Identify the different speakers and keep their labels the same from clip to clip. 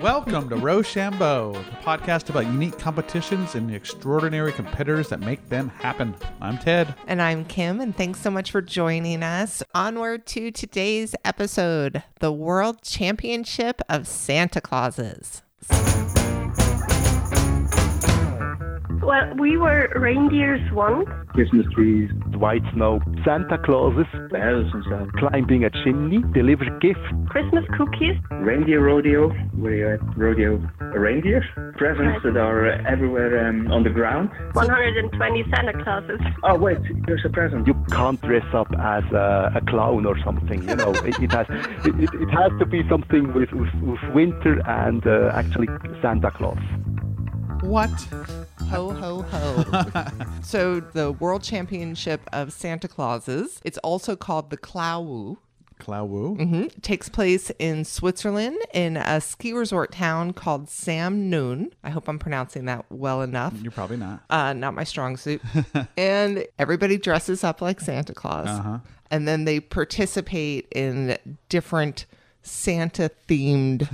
Speaker 1: Welcome to Rochambeau, the podcast about unique competitions and the extraordinary competitors that make them happen. I'm Ted.
Speaker 2: And I'm Kim, and thanks so much for joining us. Onward to today's episode the World Championship of Santa Clauses.
Speaker 3: Well, we were reindeers once.
Speaker 4: Christmas trees, white snow, Santa Clauses, climbing a chimney, deliver gifts.
Speaker 3: Christmas cookies.
Speaker 5: reindeer rodeo. We uh, rodeo reindeer. Presents that are uh, everywhere um, on the ground.
Speaker 3: 120 Santa Clauses.
Speaker 5: Oh wait, there's a present.
Speaker 4: You can't dress up as a, a clown or something. You know, it, it has it, it it has to be something with with, with winter and uh, actually Santa Claus.
Speaker 1: What?
Speaker 2: Ho, ho, ho. so, the World Championship of Santa Clauses, it's also called the Klauwu.
Speaker 1: Klauwu?
Speaker 2: Mhm. Takes place in Switzerland in a ski resort town called Samnoon. I hope I'm pronouncing that well enough.
Speaker 1: You're probably not.
Speaker 2: uh, not my strong suit. and everybody dresses up like Santa Claus.
Speaker 1: Uh-huh.
Speaker 2: And then they participate in different Santa themed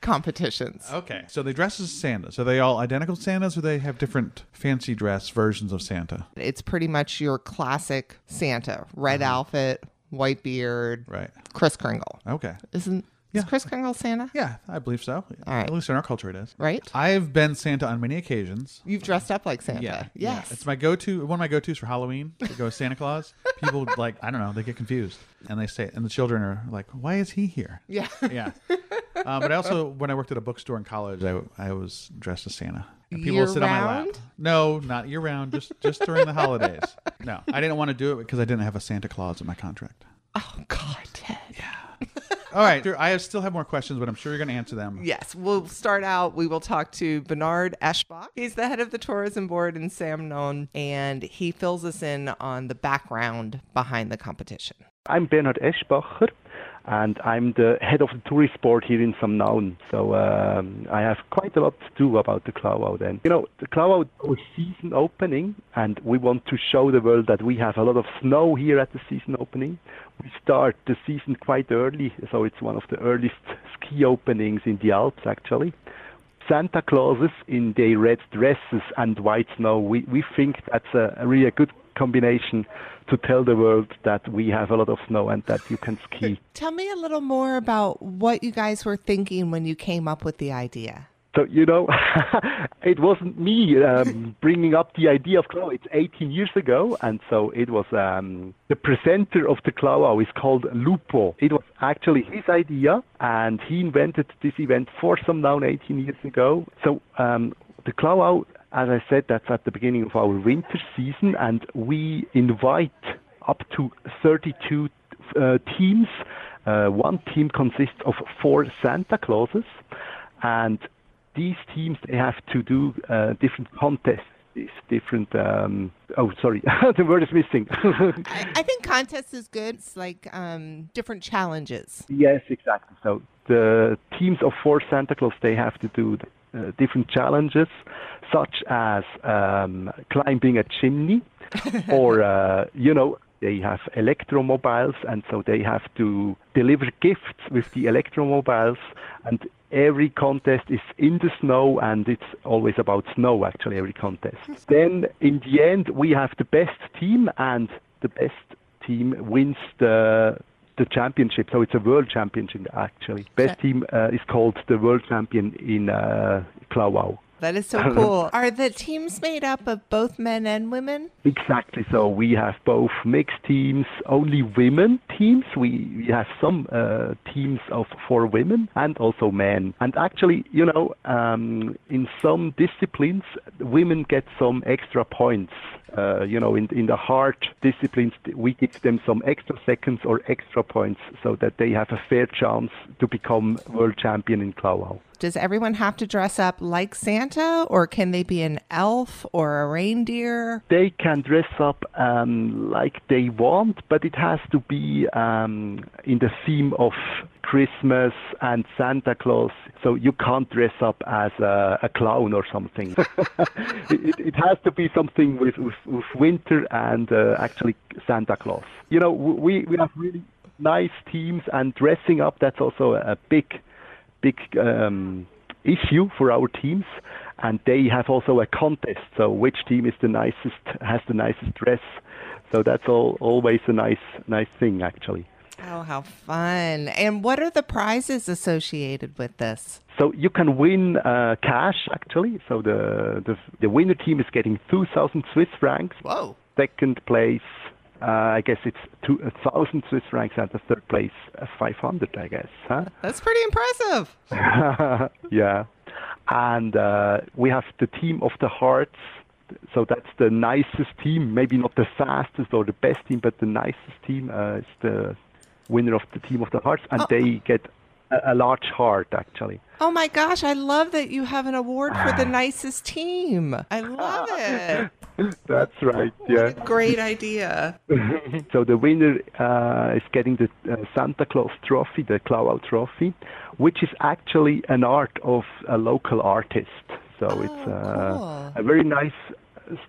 Speaker 2: competitions.
Speaker 1: Okay. So they dress as Santa. So they all identical Santas or they have different fancy dress versions of Santa?
Speaker 2: It's pretty much your classic Santa red outfit, white beard,
Speaker 1: Uh-huh. Right.
Speaker 2: Chris Kringle.
Speaker 1: Okay.
Speaker 2: Isn't
Speaker 1: Yeah.
Speaker 2: is Chris Kringle Santa?
Speaker 1: Yeah, I believe so.
Speaker 2: All right.
Speaker 1: At least in our culture it is.
Speaker 2: Right?
Speaker 1: I've been Santa on many occasions.
Speaker 2: You've dressed up like Santa.
Speaker 1: Yeah. yeah.
Speaker 2: Yes.
Speaker 1: It's my go to, one of my go tos for Halloween. to go as Santa Claus. People, like, I don't know, they get confused. And they say, and the children are like, why is he here?
Speaker 2: yeah.
Speaker 1: yeah. Uh, but I also, when I worked at a bookstore in college, I, I was dressed as Santa. And people
Speaker 2: Year
Speaker 1: would sit on my lap.
Speaker 2: round?
Speaker 1: No, not year round. Just just during the holidays. No, I didn't want to do it because I didn't have a Santa Claus in my contract.
Speaker 2: Oh God, Ted.
Speaker 1: All right, there- I still have more questions, but I'm sure you're going to answer them.
Speaker 2: Yes, we'll start out. We will talk to Bernard Eschbach. He's the head of the tourism board in Samnon, and he fills us in on the background behind the competition.
Speaker 4: I'm Bernhard Eschbacher, and I'm the head of the tourist board here in Samnaun. So um, I have quite a lot to do about the Clowout. And you know, the Clowout was season opening, and we want to show the world that we have a lot of snow here at the season opening. We start the season quite early, so it's one of the earliest ski openings in the Alps, actually. Santa Clauses in their red dresses and white snow. We, we think that's a, a really a good combination to tell the world that we have a lot of snow and that you can ski.
Speaker 2: Tell me a little more about what you guys were thinking when you came up with the idea.
Speaker 4: So, you know, it wasn't me um, bringing up the idea of Clow. It's 18 years ago. And so it was um, the presenter of the Clow is called Lupo. It was actually his idea. And he invented this event for some now 18 years ago. So um, the Clow, as I said, that's at the beginning of our winter season. And we invite up to 32 uh, teams. Uh, one team consists of four Santa Clauses. And these teams they have to do uh, different contests these different um, oh sorry the word is missing
Speaker 2: I, I think contest is good. It's like um, different challenges.
Speaker 4: yes exactly so the teams of four santa claus they have to do uh, different challenges such as um, climbing a chimney or uh, you know they have electromobiles and so they have to deliver gifts with the electromobiles and every contest is in the snow and it's always about snow actually every contest then in the end we have the best team and the best team wins the the championship so it's a world championship actually best team uh, is called the world champion in uh, Klauau
Speaker 2: That is so cool. Are the teams made up of both men and women?
Speaker 4: Exactly. So we have both mixed teams, only women teams. We, we have some uh, teams of for women and also men. And actually, you know, um, in some disciplines, women get some extra points. Uh, you know, in, in the hard disciplines, we give them some extra seconds or extra points so that they have a fair chance to become world champion in Klauau.
Speaker 2: Does everyone have to dress up like Santa, or can they be an elf or a reindeer?
Speaker 4: they can dress up um, like they want, but it has to be um, in the theme of Christmas and Santa Claus. So you can't dress up as a, a clown or something. it, it has to be something with, with, with winter and uh, actually Santa Claus. You know, w- we, we have really nice teams, and dressing up, that's also a big big um, issue for our teams. And they have also a contest. So which team is the nicest has the nicest dress? So that's all always a nice nice thing actually.
Speaker 2: Oh, how fun. And what are the prizes associated with this?
Speaker 4: So you can win uh, cash actually. So the, the the winner team is getting 2,000 Swiss francs.
Speaker 2: Whoa.
Speaker 4: Second place, uh, I guess it's two, 1,000 Swiss francs, and the third place, uh, 500, I guess. Huh?
Speaker 2: That's pretty impressive.
Speaker 4: yeah. And uh, we have the team of the hearts. So that's the nicest team, maybe not the fastest or the best team, but the nicest team uh, is the winner of the team of the hearts, and
Speaker 2: Oh.
Speaker 4: they get a, a large heart actually.
Speaker 2: Oh my gosh, I love that you have an award for the nicest team. I love it.
Speaker 4: That's right. Yeah.
Speaker 2: What a great idea.
Speaker 4: So the winner uh, is getting the uh, Santa Claus trophy, the Clowout trophy, which is actually an art of a local artist. So it's
Speaker 2: Oh,
Speaker 4: uh,
Speaker 2: cool.
Speaker 4: a very nice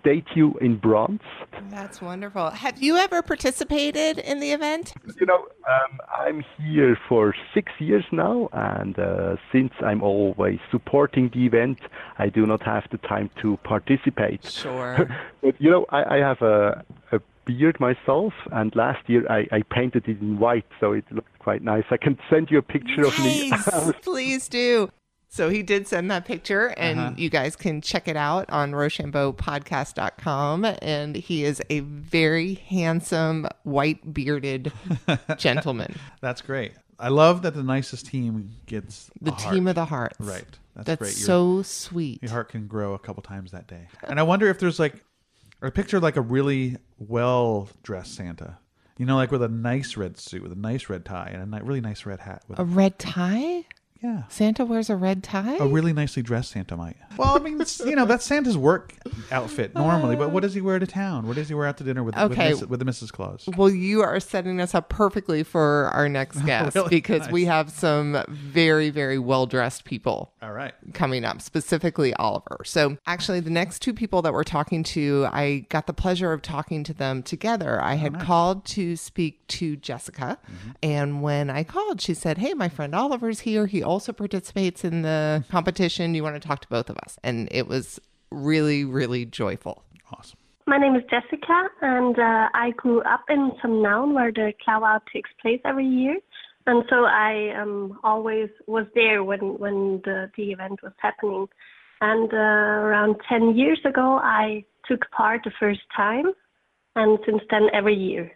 Speaker 4: statue in bronze.
Speaker 2: That's wonderful. Have you ever participated in the event?
Speaker 4: You know, um, I'm here for six years now, and uh, since I'm always supporting the event, I do not have the time to participate.
Speaker 2: Sure.
Speaker 4: But you know, I, I have a, a beard myself, and last year I, I painted it in white, so it looked quite nice. I can send you a picture of me.
Speaker 2: Nice. Please do. So he did send that picture, and you guys can check it out on rochambeaupodcast.com. And he is a very handsome, white bearded gentleman,
Speaker 1: That's great. I love that the nicest team gets
Speaker 2: the
Speaker 1: a heart.
Speaker 2: team of the hearts.
Speaker 1: Right. That's,
Speaker 2: That's,
Speaker 1: great. Your-
Speaker 2: so sweet.
Speaker 1: Your heart can grow a couple times that day. And I wonder if there's like I picture like a really well dressed Santa. You know, like with a nice red suit, with a nice red tie, and a ni- really nice red hat. With
Speaker 2: A
Speaker 1: a,
Speaker 2: red tie?
Speaker 1: yeah,
Speaker 2: Santa wears a red tie?
Speaker 1: a really nicely dressed Santa might. Well, I mean, it's, you know, that's Santa's work outfit normally. But what does he wear to town? What does he wear out to dinner with?
Speaker 2: Okay.
Speaker 1: with, Mrs., with the Mrs. Claus.
Speaker 2: Well, you are setting us up perfectly for our next guest
Speaker 1: Oh, Really?
Speaker 2: because we
Speaker 1: Nice.
Speaker 2: have some very, very well dressed people
Speaker 1: All right.
Speaker 2: coming up, specifically Oliver. So, actually, the next two people that we're talking to, I got the pleasure of talking to them together. I had called to speak to Jessica. And when I called, she said, Hey, my friend Oliver's here. He also participates in the competition. You want to talk to both of us? And it was really, really joyful.
Speaker 1: Awesome.
Speaker 3: My name is Jessica, and uh, I grew up in Samnaun, where the Klauau takes place every year. And so I um, always was there when, when the, the event was happening. And uh, around 10 years ago, I took part the first time, and since then, every year.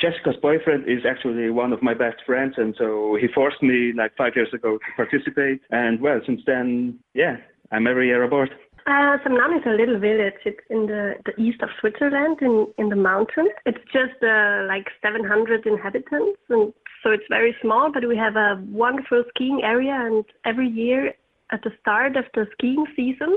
Speaker 5: Jessica's boyfriend is actually one of my best friends, and so he forced me like five years ago to participate. And well, since then, yeah, I'm every year aboard.
Speaker 3: Uh, Samnan is a little village. It's in the, the east of Switzerland, in, in the mountains. It's just uh, like 700 inhabitants, and so it's very small. But we have a wonderful skiing area, and every year at the start of the skiing season,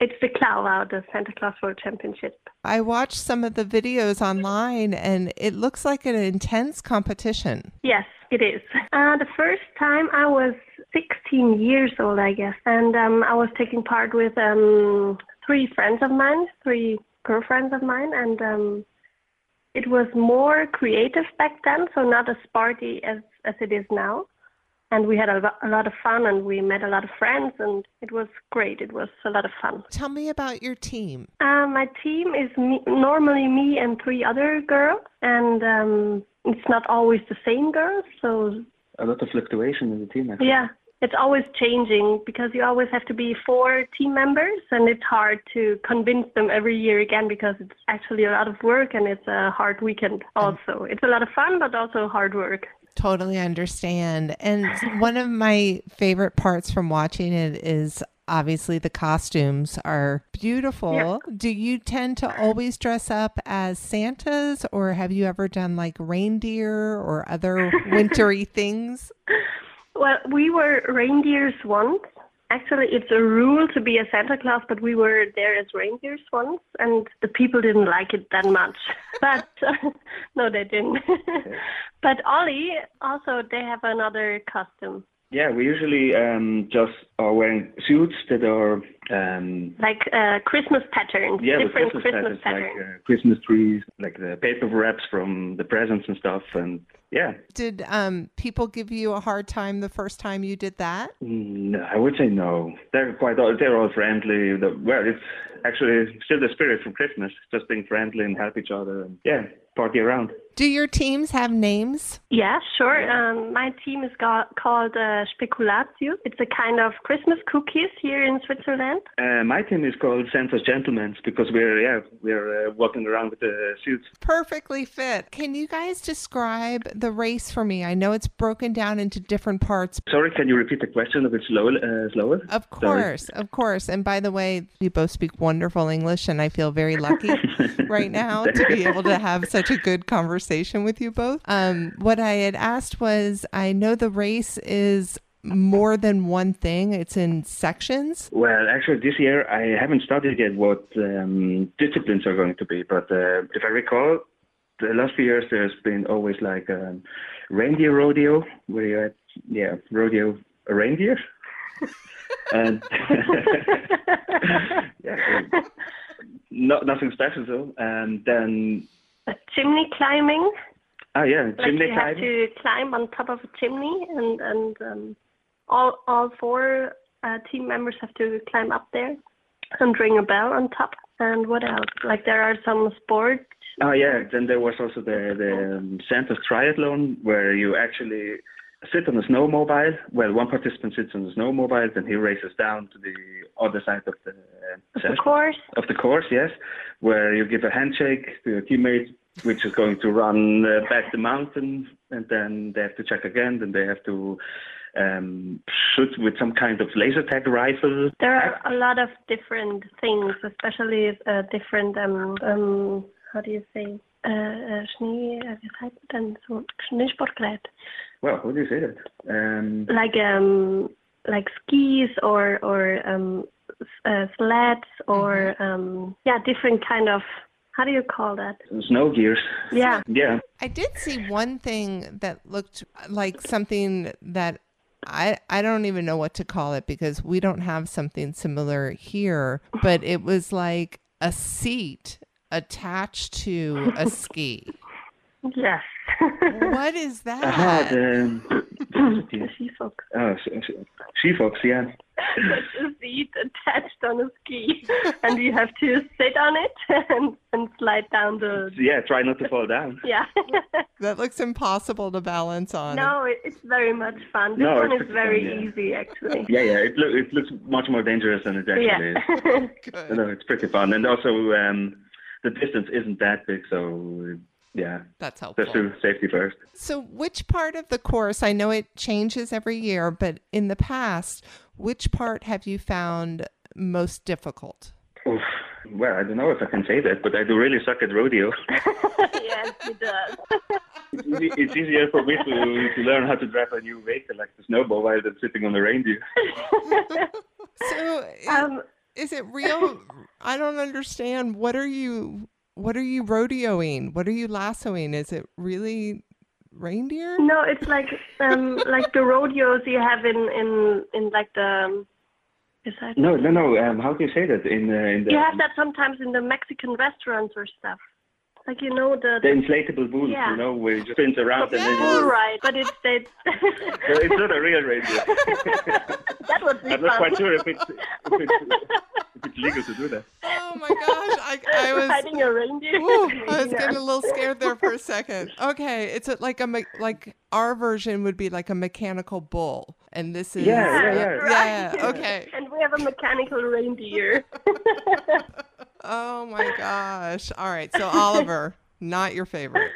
Speaker 3: it's the Klauau, the Santa Claus World Championship.
Speaker 2: I watched some of the videos online and it looks like an intense competition.
Speaker 3: Yes, it is. Uh, the first time I was 16 years old, I guess, and um, I was taking part with um, three friends of mine, three girlfriends of mine, and um, it was more creative back then, so not as sporty as, as it is now. And we had a, lo- a lot of fun, and we met a lot of friends, and it was great. It was a lot of fun.
Speaker 2: Tell me about your team.
Speaker 3: Uh, my team is me, normally me and three other girls, and um, it's not always the same girls, so
Speaker 5: A lot of fluctuation in the team, actually.
Speaker 3: yeah, it's always changing because you always have to be four team members, and it's hard to convince them every year again because it's actually a lot of work and it's a hard weekend. Also, it's a lot of fun, but also hard work.
Speaker 2: Totally understand. And one of my favorite parts from watching it is obviously the costumes are beautiful.
Speaker 3: Yeah.
Speaker 2: Do you tend to always dress up as Santas or have you ever done like reindeer or other wintry things?
Speaker 3: Well, we were reindeers once. Actually, it's a rule to be a Santa Claus, but we were there as reindeers once, and the people didn't like it that much. But no, they didn't. but Ollie also they have another costume.
Speaker 5: Yeah, we usually um, just are wearing suits that are um,
Speaker 3: Like uh, Christmas patterns,
Speaker 5: yeah, with
Speaker 3: different
Speaker 5: Christmas,
Speaker 3: Christmas
Speaker 5: patterns, like uh, Christmas trees, like the paper wraps from the presents and stuff, and yeah,
Speaker 2: Did um, people give you a hard time the first time you did that?
Speaker 5: mm, No, I would say no. They're quite all, they're all friendly. The, well, it's actually still the spirit from Christmas, just being friendly and help each other and yeah, party around.
Speaker 2: Do your teams have names?
Speaker 3: Yeah, sure. Um, my team is got, called uh, Speculatio. It's a kind of Christmas cookies here in Switzerland.
Speaker 5: Uh, my team is called Santa's Gentlemen because we're yeah we're uh, walking around with the suits.
Speaker 2: Perfectly fit. Can you guys describe the race for me? I know it's broken down into different parts.
Speaker 5: Sorry, can you repeat the question a bit slow, uh, slower?
Speaker 2: Of
Speaker 5: Sorry.
Speaker 2: course, of course. And by the way, you both speak wonderful English, and I feel very lucky right now to be able to have such a good conversation with you both. Um, what I had asked was I know the race is more than one thing, it's in sections.
Speaker 5: Well, actually, this year I haven't studied yet what um, disciplines are going to be, but uh, if I recall, the last few years there's been always like um, reindeer rodeo, where you had, yeah, rodeo a reindeer. and yeah, so no, nothing special though. And then,
Speaker 3: But chimney climbing,
Speaker 5: oh yeah,
Speaker 3: like
Speaker 5: chimney
Speaker 3: you have
Speaker 5: climbing.
Speaker 3: to climb on top of a chimney, and and um, all all four uh, team members have to climb up there and ring a bell on top. And what else? Like there are some sports.
Speaker 5: Oh yeah, then there was also the the um, Santa's triathlon where you actually sit on a snowmobile. Well, one participant sits on a snowmobile, then he races down to the other side of the uh,
Speaker 3: Of
Speaker 5: session-
Speaker 3: course,
Speaker 5: of the course. Yes, where you give a handshake to your teammate, which is going to run uh, back the mountain, and then they have to check again, then they have to. Um, shoot with some kind of laser tag rifle.
Speaker 3: there are a lot of different things, especially uh, different um um how do you say uh, uh, Schnee? Uh, wie heißt das denn so Schneesportgerät?
Speaker 5: Well, how do you say that? Um,
Speaker 3: like um like skis or or um s- uh, sleds or um yeah different kind of how do you call that
Speaker 5: snow gears.
Speaker 3: yeah
Speaker 5: Yeah.
Speaker 2: I did see one thing that looked like something that I I don't even know what to call it because we don't have something similar here, but it was like a seat attached to a ski.
Speaker 3: yes
Speaker 2: What is
Speaker 5: Aha,
Speaker 2: that?
Speaker 5: Uh-huh. the, um,
Speaker 3: the sea fox
Speaker 5: Oh, she, she, she fox, yeah.
Speaker 3: It's a seat attached on a ski and you have to sit on it and and slide down the
Speaker 5: Yeah, try not to fall down.
Speaker 3: yeah
Speaker 2: That looks impossible to balance on.
Speaker 3: no it, it's very much fun this
Speaker 5: No,
Speaker 3: one
Speaker 5: it's
Speaker 3: is
Speaker 5: pretty fun,
Speaker 3: very
Speaker 5: yeah.
Speaker 3: easy actually
Speaker 5: Yeah, yeah, it, loo- it looks much more dangerous than it actually
Speaker 3: yeah
Speaker 5: is. No, no, it's pretty fun. And also, um, the distance isn't that big, so yeah,
Speaker 2: That's helpful.
Speaker 5: just do safety first.
Speaker 2: So, which part of the course, I know it changes every year, but in the past, which part have you found most difficult?
Speaker 5: Oof. Well, I don't know if I can say that, but I do really suck at rodeo.
Speaker 3: yes it does
Speaker 5: It's, easy, it's easier for me to, to learn how to drive a new vehicle like the snowball while than sitting on a reindeer.
Speaker 2: So, i-
Speaker 3: um
Speaker 2: is it real? I don't understand. What are you? What are you rodeoing? What are you lassoing? Is it really reindeer?
Speaker 3: No, it's like um like the rodeos you have in in in like the um, is that
Speaker 5: No, no, no. Um, how do you say that in uh, in the,
Speaker 3: you have that sometimes in the Mexican restaurants or stuff. Like you know the,
Speaker 5: the inflatable booth?
Speaker 3: Yeah.
Speaker 5: You know, where you spins around
Speaker 3: the
Speaker 5: and then.
Speaker 3: bull ride, but it's they,
Speaker 5: No, it's not a real reindeer.
Speaker 3: that would be
Speaker 5: I'm not
Speaker 3: fun.
Speaker 5: quite sure if it's, if it's, if it's legal to do that.
Speaker 2: Oh my gosh! I, I was.
Speaker 3: Riding a reindeer.
Speaker 2: Ooh, I was
Speaker 3: Yeah.
Speaker 2: getting a little scared there for a second. Okay, it's a, like a me- like our version would be like a mechanical bull, and this is
Speaker 5: Yeah,
Speaker 3: Yeah,
Speaker 5: yeah,
Speaker 2: yeah,
Speaker 3: right.
Speaker 2: yeah, okay.
Speaker 3: And we have a mechanical reindeer.
Speaker 2: Oh my gosh! All right, so Oliver, not your favorite.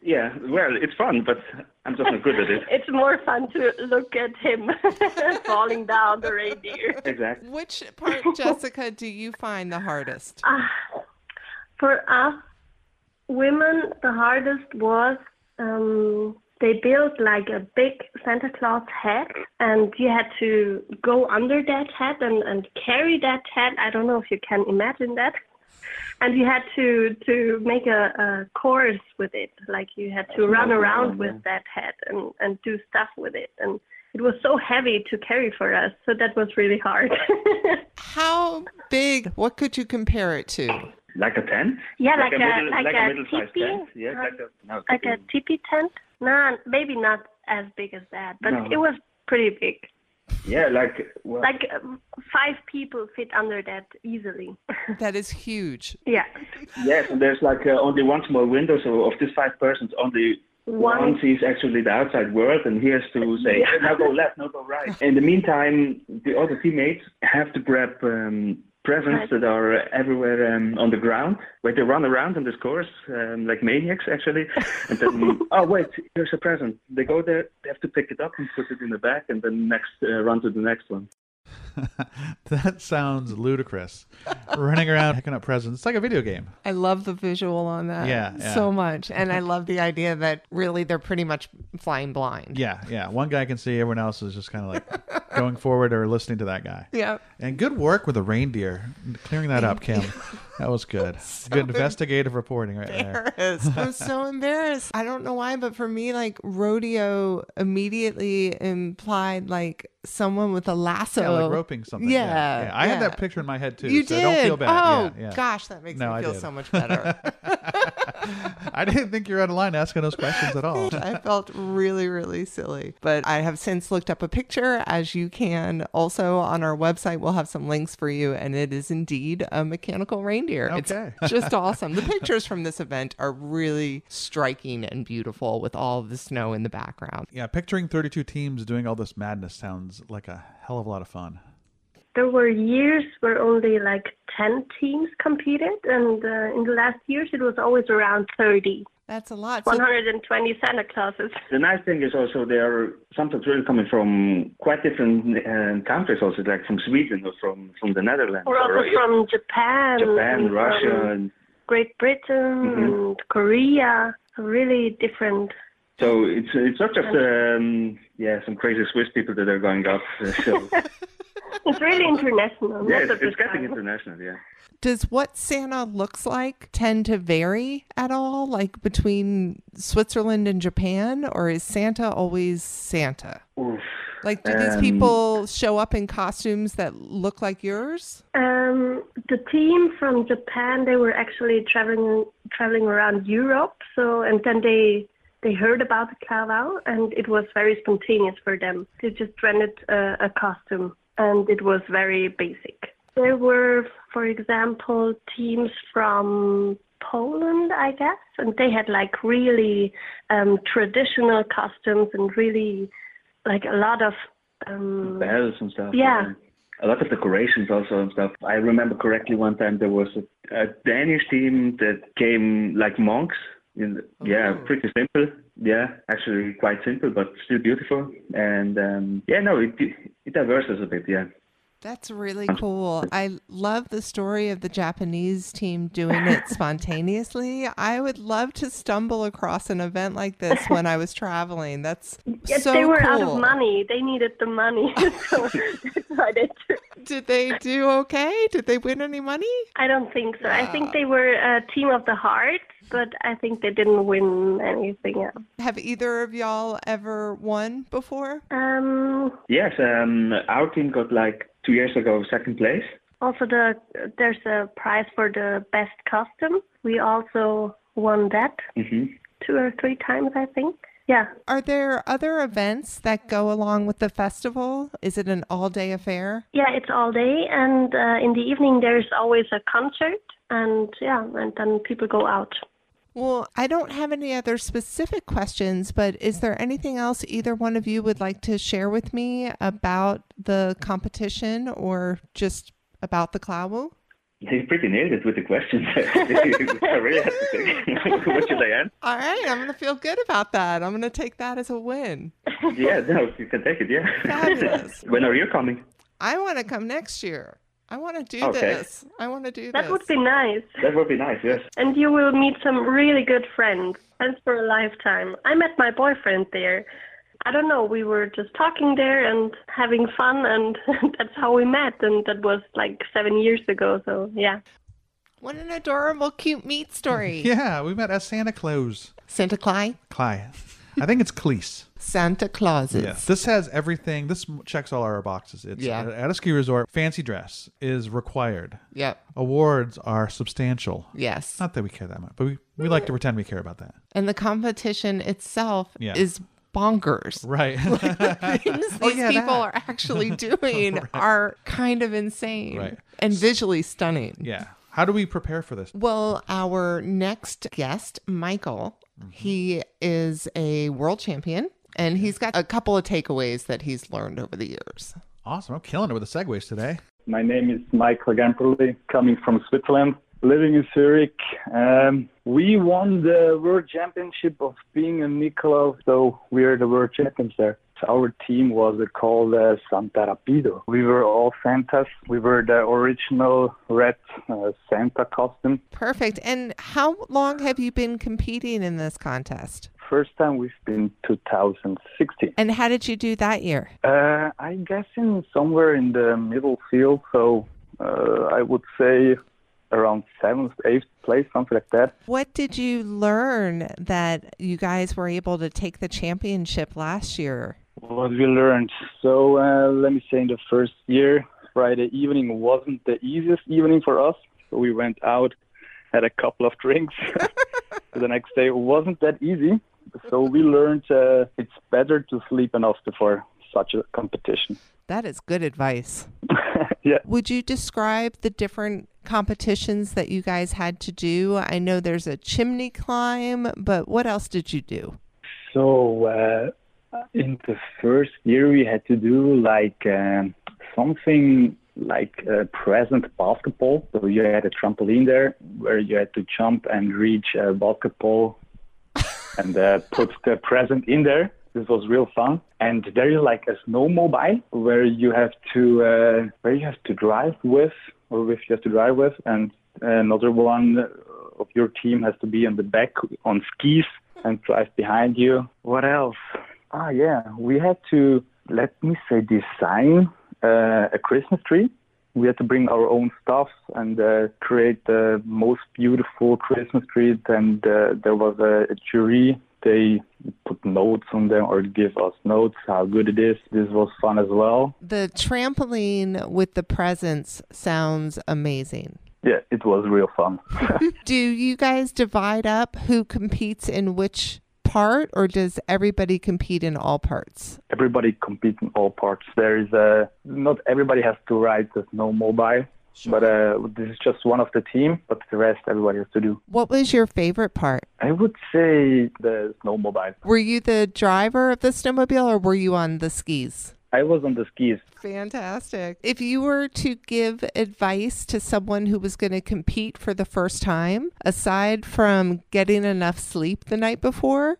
Speaker 5: Yeah, well, it's fun, but I'm just not good at it.
Speaker 3: It's more fun to look at him falling down the reindeer.
Speaker 5: Exactly.
Speaker 2: Which part, Jessica, do you find the hardest?
Speaker 3: for us women, the hardest was um, they built like a big Santa Claus head, and you had to go under that head and, and carry that head. I don't know if you can imagine that. and you had to to make a, a course with it. Like you had to run around with that head and and do stuff with it. And it was so heavy to carry for us, so that was really hard.
Speaker 2: How big? What could you compare it to?
Speaker 5: Like a tent?
Speaker 3: yeah, like, a,
Speaker 5: middle,
Speaker 3: like,
Speaker 5: a,
Speaker 3: a,
Speaker 5: middle-sized
Speaker 3: teepee,
Speaker 5: tent. Yeah,
Speaker 3: um,
Speaker 5: like a, no,
Speaker 3: like a
Speaker 5: teepee.
Speaker 3: teepee tent. No, maybe not as big as that, but
Speaker 5: No.
Speaker 3: it was pretty big.
Speaker 5: yeah, like well,
Speaker 3: Like um, five people fit under that easily.
Speaker 2: That is huge.
Speaker 3: yeah,
Speaker 5: yes. And there's like uh, only one small window, so of these five persons, only
Speaker 3: One-
Speaker 5: one, sees actually the outside world, and here's to say,
Speaker 3: Yeah.
Speaker 5: now go left, now go right. In the meantime, the other teammates have to grab. Um, Presents that are everywhere um, on the ground, where they run around on this course um, like maniacs, actually. And then, oh wait, here's a present. They go there, they have to pick it up and put it in the bag, and then next uh, run to the next one.
Speaker 1: that sounds ludicrous. Running around picking up presents. It's like a video game.
Speaker 2: I love the visual on that
Speaker 1: Yeah, yeah.
Speaker 2: so much. And I love the idea that really they're pretty much flying blind.
Speaker 1: Yeah, yeah. One guy can see, everyone else is just kind of like going forward or listening to that guy.
Speaker 2: Yeah.
Speaker 1: And good work with the reindeer, clearing that up, Kim. That was good. good investigative reporting right there.
Speaker 2: embarrassed. I'm so embarrassed. I don't know why, but for me, like rodeo immediately implied like someone with a lasso,
Speaker 1: Yeah, like roping something.
Speaker 2: Yeah,
Speaker 1: yeah. yeah. I had
Speaker 2: yeah.
Speaker 1: that picture in my head too.
Speaker 2: You
Speaker 1: so
Speaker 2: did.
Speaker 1: I don't feel bad.
Speaker 2: Oh
Speaker 1: yeah, yeah.
Speaker 2: gosh, that makes
Speaker 1: No,
Speaker 2: me
Speaker 1: I
Speaker 2: feel
Speaker 1: did.
Speaker 2: so much better.
Speaker 1: I didn't think you were out of line asking those questions at all.
Speaker 2: I felt really, really silly. But I have since looked up a picture, as you can. Also on our website, we'll have some links for you. And it is indeed a mechanical reindeer.
Speaker 1: Okay.
Speaker 2: It's just awesome. The pictures from this event are really striking and beautiful with all the snow in the background.
Speaker 1: Yeah, picturing 32 teams doing all this madness sounds like a hell of a lot of fun.
Speaker 3: there were years where only like ten teams competed, and uh, in the last years it was always around thirty.
Speaker 2: That's a lot. So-
Speaker 3: 120 Santa Clauses.
Speaker 5: The nice thing is also they are sometimes really coming from quite different uh, countries, also like from Sweden or from, from the Netherlands
Speaker 3: We're also
Speaker 5: or
Speaker 3: from Japan, and
Speaker 5: Japan,
Speaker 3: from
Speaker 5: Russia. Mm-hmm. And
Speaker 3: Great Britain, and Korea. Really different.
Speaker 5: so it's it's not just um, yeah some crazy Swiss people that are going up. uh, So
Speaker 3: It's really international.
Speaker 5: yeah,
Speaker 3: most
Speaker 5: it's,
Speaker 3: of the
Speaker 5: it's getting
Speaker 3: time.
Speaker 5: international. Yeah,
Speaker 2: Does what Santa looks like tend to vary at all, like between Switzerland and Japan, or is Santa always Santa?
Speaker 5: Oof.
Speaker 2: Like, do these
Speaker 5: Um,
Speaker 2: people show up in costumes that look like yours?
Speaker 3: Um, the team from Japan, they were actually traveling traveling around Europe. So, and then they they heard about the Clavau, and it was very spontaneous for them. They just rented a, a costume, and it was very basic. There were, for example, teams from Poland, I guess, and they had like really um, traditional costumes and really like a lot of um,
Speaker 5: bells and stuff.
Speaker 3: Yeah.
Speaker 5: and a lot of decorations also and stuff. I remember correctly one time there was a, a Danish team that came like monks. In, yeah,
Speaker 2: Oh.
Speaker 5: pretty simple. Yeah, actually quite simple, but still beautiful. And um, yeah, no, it it diverses a bit. Yeah.
Speaker 2: That's really cool. I love the story of the Japanese team doing it spontaneously. I would love to stumble across an event like this when I was traveling. That's
Speaker 3: Yes,
Speaker 2: so
Speaker 3: they were
Speaker 2: cool.
Speaker 3: out of money. They needed the money, so that's why they took.
Speaker 2: Did they do okay? Did they win any money?
Speaker 3: I don't think so. I think they were a team of the heart, but I think they didn't win anything else.
Speaker 2: Have either of y'all ever won before?
Speaker 3: Um,
Speaker 5: Yes, um, our team got like two years ago second place.
Speaker 3: also, the there's a prize for the best costume. We also won that
Speaker 5: hmm
Speaker 2: Mm-hmm.
Speaker 3: two or three times, I think. Yeah,
Speaker 2: Are there other events that go along with the festival? Is it an all day affair?
Speaker 3: yeah, it's all day, and uh, in the evening there's always a concert, and yeah, and then people go out.
Speaker 2: Well, I don't have any other specific questions, but is there anything else either one of you would like to share with me about the competition or just about the Klawu?
Speaker 5: You pretty nailed it with the questions. I really have to think. what should I add?
Speaker 2: All right, I'm going to feel good about that. I'm going to take that as a win.
Speaker 5: Yeah, no, you can take it. Yeah.
Speaker 2: Fabulous.
Speaker 5: when are you coming?
Speaker 2: I want to come next year. I want to do
Speaker 5: Okay.
Speaker 2: this. I want to do
Speaker 3: That
Speaker 2: this.
Speaker 3: would be nice.
Speaker 5: That would be nice. Yes.
Speaker 3: and you will meet some really good friends, friends for a lifetime. I met my boyfriend there. I don't know, we were just talking there and having fun, and that's how we met, and that was like seven years ago, so yeah.
Speaker 2: What an adorable, cute meat story.
Speaker 1: Yeah, we met at Santa Claus.
Speaker 2: Santa Claus.
Speaker 1: Cly. I think it's Cleese.
Speaker 2: Santa Clauses.
Speaker 1: Yeah. This has everything. This m- checks all our boxes. It's
Speaker 2: Yeah.
Speaker 1: at a ski resort. Fancy dress is required.
Speaker 2: Yep.
Speaker 1: Awards are substantial.
Speaker 2: Yes.
Speaker 1: Not that we care that much, but we, we like to pretend we care about that.
Speaker 2: And the competition itself
Speaker 1: Yeah.
Speaker 2: is bonkers.
Speaker 1: Right.
Speaker 2: Things these
Speaker 1: Oh, yeah,
Speaker 2: people
Speaker 1: that.
Speaker 2: are actually doing are kind of insane
Speaker 1: Right.
Speaker 2: and visually stunning.
Speaker 1: yeah. How do we prepare for this?
Speaker 2: Well, our next guest, Michael,
Speaker 1: Mm-hmm.
Speaker 2: he is a world champion and he's got a couple of takeaways that he's learned over the years.
Speaker 1: Awesome. I'm killing it with the segues today.
Speaker 6: My name is Michael Gamperly, coming from Switzerland, living in Zurich. Um, we won the World Championship of being a Nicola, so we are the World Champions there. So Our team was called uh, Santa Rapido. We were all Santas. We were the original red uh, Santa costume.
Speaker 2: Perfect. And how long have you been competing in this contest?
Speaker 6: First time we've been 2016.
Speaker 2: And how did you do that year?
Speaker 6: Uh, I'm guessing somewhere in the middle field, so uh, I would say around seventh, eighth place, something like that.
Speaker 2: What did you learn that you guys were able to take the championship last year?
Speaker 6: What we learned. So uh, let me say, in the first year, Friday evening wasn't the easiest evening for us. So we went out, had a couple of drinks. the next day wasn't that easy. So we learned uh, it's better to sleep enough before such a competition.
Speaker 2: That is good advice.
Speaker 6: yeah.
Speaker 2: Would you describe the different competitions that you guys had to do? I know there's a chimney climb, but what else did you do?
Speaker 6: So uh, in the first year, we had to do like um, something like uh, present basketball. So you had a trampoline there where you had to jump and reach a basketball and uh, put the present in there. This was real fun. And there is like a snowmobile where you have to uh, where you have to drive with, or with you have to drive with, and another one of your team has to be on the back on skis and drive behind you. What else? Ah, yeah, we had to let me say design uh, a Christmas tree. We had to bring our own stuff and uh, create the most beautiful Christmas tree. And uh, there was a, a jury. They put notes on them or give us notes how good it is. This was fun as well.
Speaker 2: The trampoline with the presents sounds amazing.
Speaker 6: Yeah, it was real fun.
Speaker 2: Do you guys divide up who competes in which part, or does everybody compete in all parts?
Speaker 6: everybody competes in all parts. There is a not everybody has to ride the snowmobile, but uh, this is just one of the team. But the rest, everybody has to do.
Speaker 2: What was your favorite part?
Speaker 6: I would say the snowmobile.
Speaker 2: Were you the driver of the snowmobile or were you on the skis?
Speaker 6: I was on the skis.
Speaker 2: Fantastic. If you were to give advice to someone who was going to compete for the first time, aside from getting enough sleep the night before,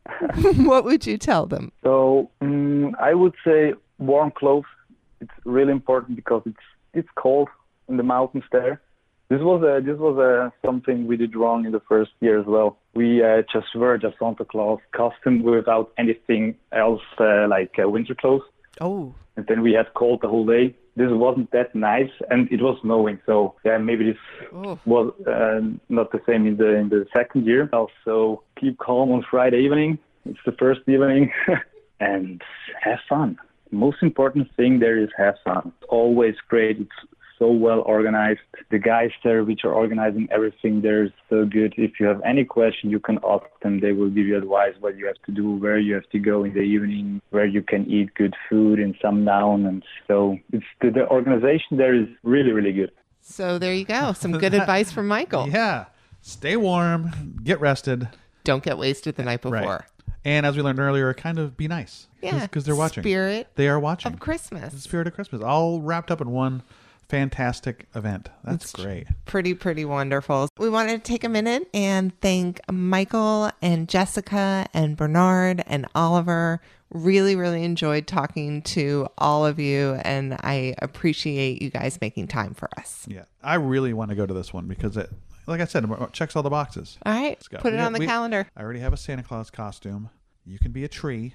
Speaker 2: what would you tell them?
Speaker 6: So mm I would say warm clothes. It's really important because it's it's cold in the mountains there. This was a, this was a, something we did wrong in the first year as well. We uh, just were just Santa Claus costume without anything else uh, like uh, winter clothes.
Speaker 2: Oh,
Speaker 6: and then we had cold the whole day. This wasn't that nice, and it was snowing. So yeah, maybe this
Speaker 2: Oh.
Speaker 6: was um not the same in the in the second year. Also, keep calm on Friday evening. It's the first evening, and have fun. Most important thing there is have fun. It's always great. It's so well organized. The guys there, which are organizing everything, they're so good. If you have any question, you can ask them. They will give you advice what you have to do, where you have to go in the evening, where you can eat good food in some noun. And so it's the, the organization there is really, really good.
Speaker 2: so there you go. Some good advice from Michael.
Speaker 1: Yeah. Stay warm, get rested.
Speaker 2: Don't get wasted the night before.
Speaker 1: Right. And as we learned earlier, kind of be nice.
Speaker 2: Yeah.
Speaker 1: Because they're watching.
Speaker 2: Spirit
Speaker 1: They are watching.
Speaker 2: of Christmas.
Speaker 1: Spirit of Christmas. All wrapped up in one fantastic event. That's great.
Speaker 2: Pretty, pretty wonderful. We wanted to take a minute and thank Michael and Jessica and Bernard and Oliver. Really, really enjoyed talking to all of you, and I appreciate you guys making time for us.
Speaker 1: Yeah. I really want to go to this one because it, like I said, it checks all the boxes.
Speaker 2: All right,
Speaker 1: go.
Speaker 2: put it
Speaker 1: We-
Speaker 2: on the
Speaker 1: we-
Speaker 2: calendar.
Speaker 1: I already have a Santa Claus costume. You can be a tree.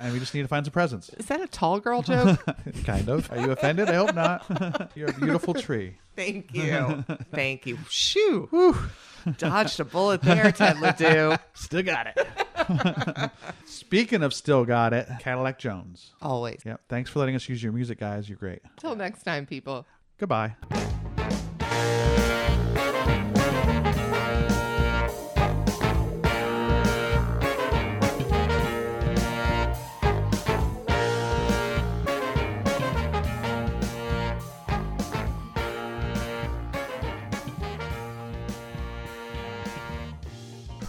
Speaker 1: and we just need to find some presents.
Speaker 2: Is that a tall girl joke?
Speaker 1: kind of. Are you offended? I hope not. You're a beautiful tree.
Speaker 2: Thank you. Thank you. Shoo. Whew. Dodged a bullet there, Ted Ledoux.
Speaker 1: Still got it. Speaking of still got it, Cadillac Jones.
Speaker 2: Always.
Speaker 1: Yep. Thanks for letting us use your music, guys. You're great.
Speaker 2: Till next time, people.
Speaker 1: Goodbye.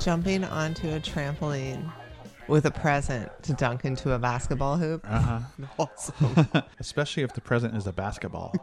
Speaker 2: Jumping onto a trampoline with a present to dunk into a basketball hoop. Uh-huh. Awesome.
Speaker 1: Especially if the present is a basketball.